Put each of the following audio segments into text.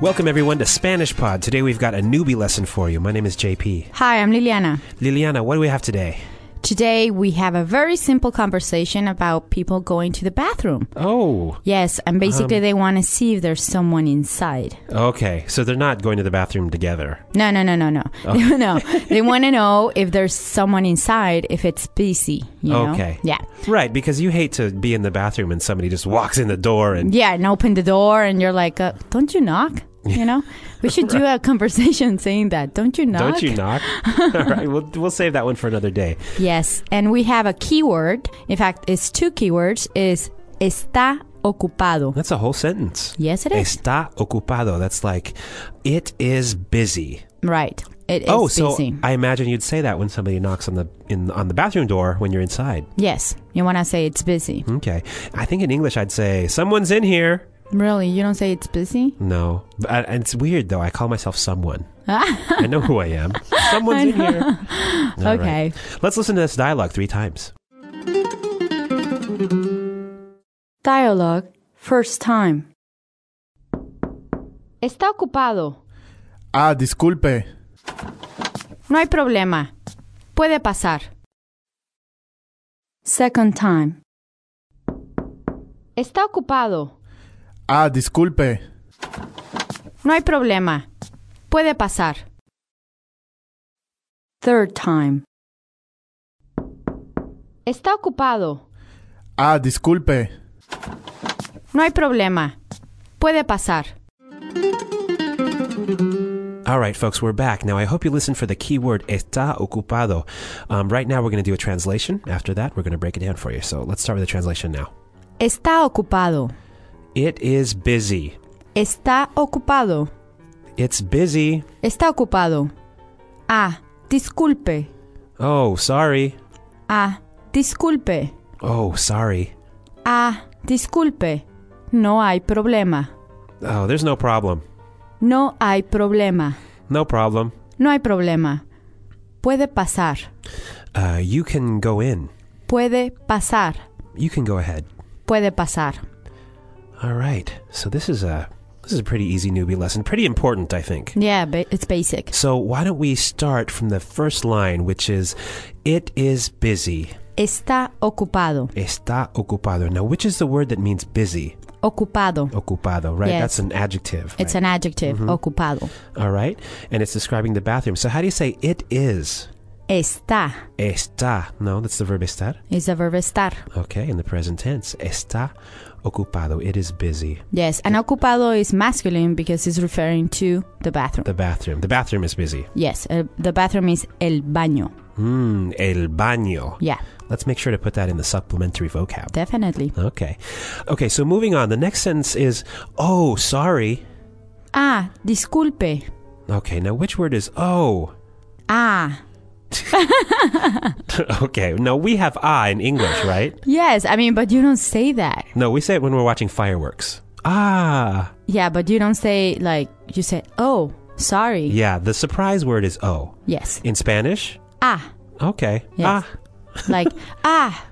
Welcome, everyone, to Spanish Pod. Today we've got a newbie lesson for you. My name is JP. Hi, I'm Liliana. Liliana, what do we have today? Today we have a very simple conversation about people going to the bathroom. Oh, Yes, and basically they want to see if there's someone inside. okay. So they're not going to the bathroom together. No, no, no, no, no. Oh. no, they want to know if there's someone inside, if it's busy, you know? Okay. Yeah. Right, because you hate to be in the bathroom and somebody just walks in the door and. Yeah, and open the door and you're like, uh, don't you knock? You know? We should do a conversation saying that. Don't you knock? Don't you knock? All right, we'll, we'll save that one for another day. Yes, and we have a keyword. In fact, it's two keywords is está ocupado. That's a whole sentence. Yes, it is. Está ocupado. That's like, it is busy. Right. It is oh, busy. so I imagine you'd say that when somebody knocks on the in on the bathroom door when you're inside. Yes, you want to say it's busy. Okay, I think in English I'd say someone's in here. Really, you don't say it's busy? No, but, I- and it's weird though. I call myself someone. I know who I am. Someone's in here. All right. Okay. Let's listen to this dialogue three times. Dialogue, first time. Está ocupado. Ah, disculpe. No hay problema. Puede pasar. Second time. Está ocupado. Ah, disculpe. No hay problema. Puede pasar. Third time. Está ocupado. Ah, disculpe. No hay problema. Puede pasar. All right, folks, we're back. Now, I hope you listened for the keyword está ocupado. Um, right now, we're going to do a translation. After that, we're going to break it down for you. So let's start with the translation now. Está ocupado. It is busy. Está ocupado. It's busy. Está ocupado. Ah, disculpe. Oh, sorry. Ah, disculpe. Oh, sorry. Ah, disculpe. No hay problema. Oh, there's no problem. No hay problema. No problem. No hay problema. Puede pasar. Uh, you can go in. Puede pasar. You can go ahead. Puede pasar. All right. So this is a this is a pretty easy newbie lesson. Pretty important, I think. Yeah, but it's basic. So why don't we start from the first line, which is, "It is busy." Está ocupado. Está ocupado. Now, which is the word that means busy? Ocupado. Ocupado, right? Yes. That's an adjective. It's right? an adjective. Ocupado. All right. And it's describing the bathroom. So how do you say it is? Está. Está. No, that's the verb estar. Is the verb estar. Okay, in the present tense. Está ocupado. It is busy. Yes, and ocupado is masculine because it's referring to the bathroom. The bathroom. The bathroom is busy. Yes, uh, the bathroom is el baño. Mm, el baño. Yeah, Let's make sure to put that in the supplementary vocab. definitely. Okay. Okay, so moving on. The next sentence is, oh, sorry. Ah, disculpe. Okay, now which word is oh? Ah. okay, no, we have ah in English, right? Yes, I mean, but you don't say that. No, we say it when we're watching fireworks. Ah. Yeah, but you don't say, like, you say, oh, sorry. Yeah, the surprise word is oh. Yes. In Spanish? Ah. Okay. Yes. Like, ah,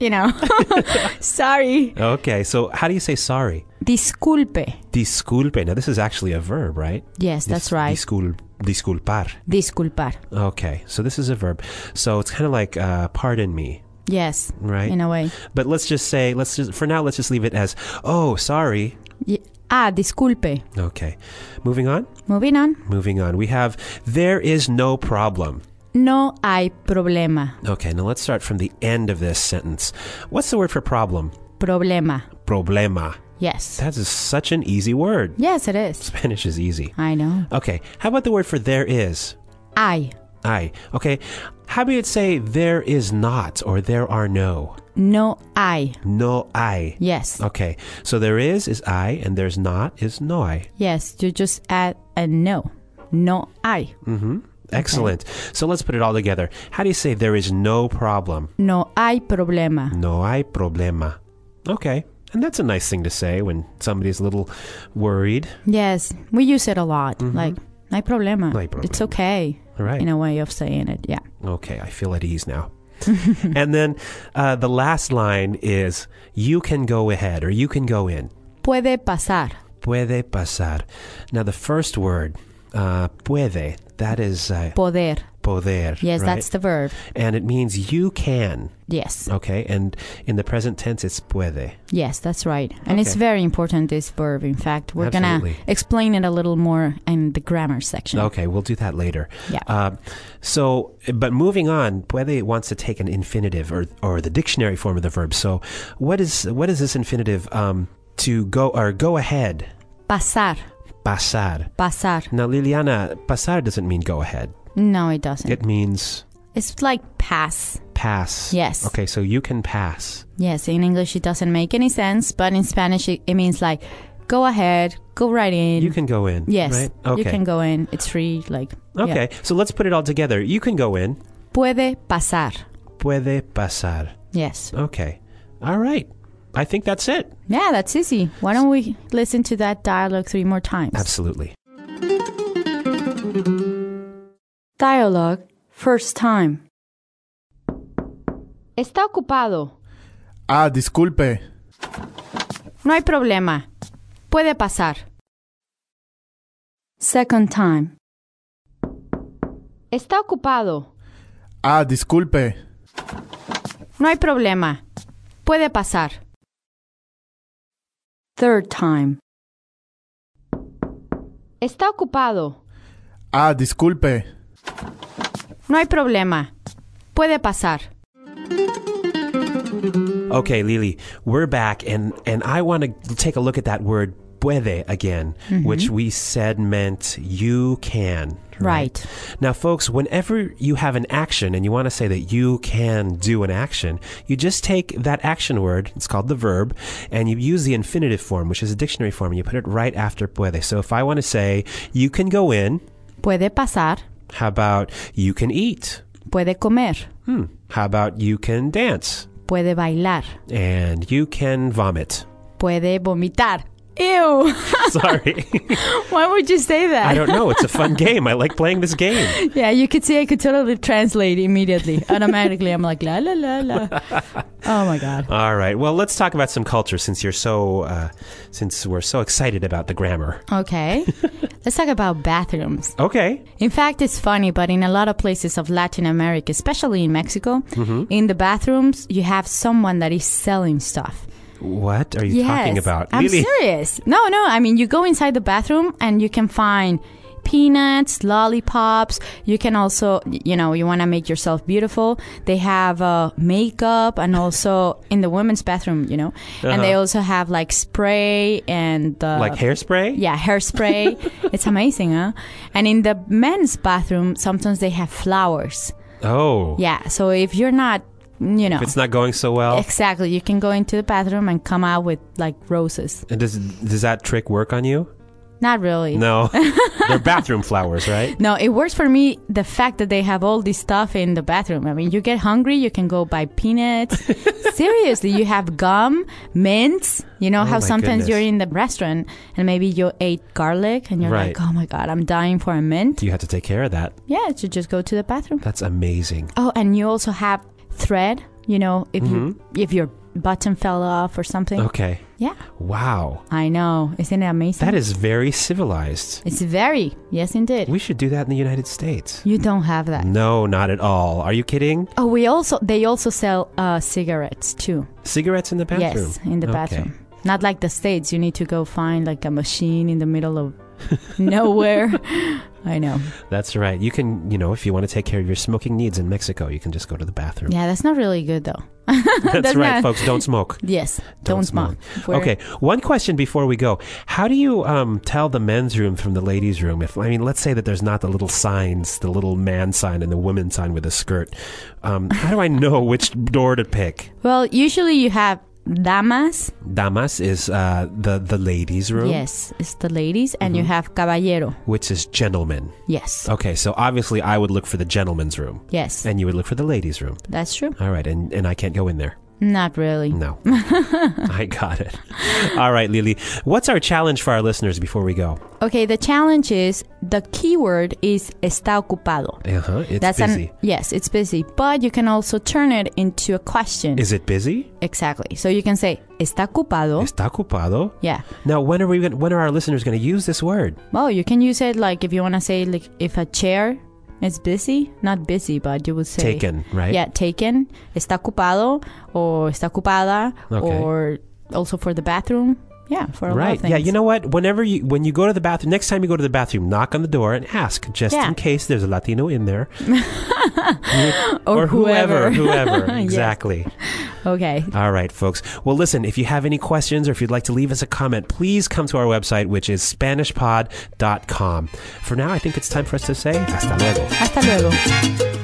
you know. sorry. Ah. Okay, so how do you say sorry? Disculpe. Disculpe. Now, this is actually a verb, right? Yes, that's Dis- right. Discul- disculpar. Disculpar. Okay, so this is a verb. So it's kind of like uh, pardon me, Yes, right? in a way. But let's just say, let's just, for now, let's just leave it as, oh, sorry. Ye- ah, disculpe. Okay. Moving on? Moving on. Moving on. We have, there is no problem. No hay problema. Okay, now let's start from the end of this sentence. What's the word for problem? Problema. Problema. Yes. That is such an easy word. Yes, it is. Spanish is easy. I know. Okay, how about the word for there is? I. I. Okay, how about you say there is not or there are no? No I. No I. Yes. Okay, so there is is I, and there's not is no I. Yes, you just add a no. No I. Excellent. So let's put it all together. How do you say there is no problem? No hay problema. No hay problema. Okay, and that's a nice thing to say when somebody's a little worried. Yes, we use it a lot. Like, no hay problema. Mm-hmm. No hay problema. It's okay. All right. In a way of saying it. Yeah. Okay, I feel at ease now. and then uh, the last line is you can go ahead or you can go in. Puede pasar. puede pasar. Now, the first word, uh, puede, that is uh, Poder. poder. Yes, right? that's the verb. And it means you can. Yes. Okay. And in the present tense, it's puede. Yes, that's right. And it's Okay. very important, this verb. In fact, we're going to Absolutely. explain it a little more in the grammar section. Okay, we'll do that later. Yeah. Um, so, but moving on, puede wants to take an infinitive or or the dictionary form of the verb. So, what is what is this infinitive? Um, to go or go ahead, Pasar. pasar. Pasar. Now, Liliana, pasar doesn't mean go ahead. No, it doesn't. It means it's like pass. pass. Yes. Okay, so you can pass. Yes, in English it doesn't make any sense, but in Spanish it, it means like go ahead, go right in. You can go in. yes, Right? Okay. you can go in. It's free. Like yeah. okay. So let's put it all together. You can go in. puede pasar. Puede pasar. Yes. Okay. All right. I think that's it. Yeah, that's easy. Why don't we listen to that dialogue three more times? Absolutely. Dialogue, first time. Está ocupado. Ah, disculpe. No hay problema. Puede pasar. Second time. Está ocupado. Ah, disculpe. No hay problema. Puede pasar. Third time. Está ocupado. Ah, disculpe. No hay problema. Puede pasar. Okay, Lily, we're back, and, and I want to take a look at that word puede again, which we said meant you can. Right. Now, folks, whenever you have an action and you want to say that you can do an action, you just take that action word, it's called the verb, and you use the infinitive form, which is a dictionary form, and you put it right after puede. So if I want to say, you can go in, Puede pasar. how about you can eat? Puede comer. Hmm. How about you can dance? Puede bailar. And you can vomit. Puede vomitar. Ew. Sorry. Why would you say that? I don't know. It's a fun game. I like playing this game. Yeah, you could see I could totally translate immediately. Automatically, I'm like, la, la, la, la. Oh my God. All right. Well, let's talk about some culture since you're so, uh, since we're so excited about the grammar. Okay. Let's talk about bathrooms. Okay. In fact, it's funny, but in a lot of places of Latin America, especially in Mexico, in the bathrooms, you have someone that is selling stuff. What are you yes. talking about? I'm Lily? serious. No, no. I mean, you go inside the bathroom and you can find peanuts, lollipops. You can also, you know, you want to make yourself beautiful. They have uh, makeup and also in the women's bathroom, you know, and they also have like spray and uh, Uh-huh. like hairspray? yeah, hairspray. it's amazing, huh? And in the men's bathroom, sometimes they have flowers. Oh. Yeah, so if you're not, you know, If it's not going so well, exactly, you can go into the bathroom and come out with like roses. and does does that trick work on you? Not really. No. They're bathroom flowers, right? No, it works for me the fact that they have all this stuff in the bathroom. I mean, you get hungry, you can go buy peanuts. Seriously, you have gum, mints. You know Oh how my sometimes goodness. you're in the restaurant and maybe you ate garlic and you're Right. like, oh my God, I'm dying for a mint. You have to take care of that. Yeah, you just go to the bathroom. That's amazing. Oh, and you also have thread. You know, if you if your button fell off or something. Mm-hmm. Okay. Yeah, Wow. I know. Isn't it amazing? That is very civilized. It's very yes, indeed. We should do that in the United States. you don't have that. No, not at all. Are you kidding? Oh, we also they also sell uh, cigarettes too. Cigarettes in the bathroom. Yes, in the Okay. bathroom. Not like the states. You need to go find like a machine in the middle of nowhere. I know. That's right. You can, you know, if you want to take care of your smoking needs in Mexico, you can just go to the bathroom. Yeah, that's not really good though. That's That's right, not- folks. Don't smoke. Yes, Don't don't, smoke. We're- Okay. One question before we go: How do you um, tell the men's room from the ladies' room? If I mean, let's say that there's not the little signs, the little man sign and the woman sign with a skirt. Um, how do I know which door to pick? Well, usually you have damas. Damas is uh, the the ladies' room, Mm-hmm. Yes, it's the ladies, and you have caballero. which is gentlemen. Yes, Okay, so obviously I would look for the gentleman's room, yes, and you would look for the ladies' room. that's true. All right, and, and I can't go in there. Not really. No. I got it. All right, Lily. What's our challenge for our listeners before we go? Okay, the challenge is the keyword is está ocupado. Uh-huh. It's busy. An, yes, it's busy, but you can also turn it into a question. Is it busy? exactly. So you can say está ocupado. Está ocupado. yeah. Now, when are we? Gonna, when are our listeners going to use this word? Well, you can use it like if you want to say like if a chair is busy, not busy, but you would say Taken, right? Yeah, taken. Está ocupado or está ocupada Okay. or also for the bathroom. Yeah, for a lot Right. of things. Yeah. You know what? Whenever you when you go to the bathroom, next time you go to the bathroom, knock on the door and ask, just Yeah. in case there's a Latino in there, or, whoever, whoever. whoever. Yes. exactly. Okay. All right, folks. Well, listen, if you have any questions or if you'd like to leave us a comment, please come to our website, which is SpanishPod.com. For now, I think it's time for us to say hasta luego. Hasta luego.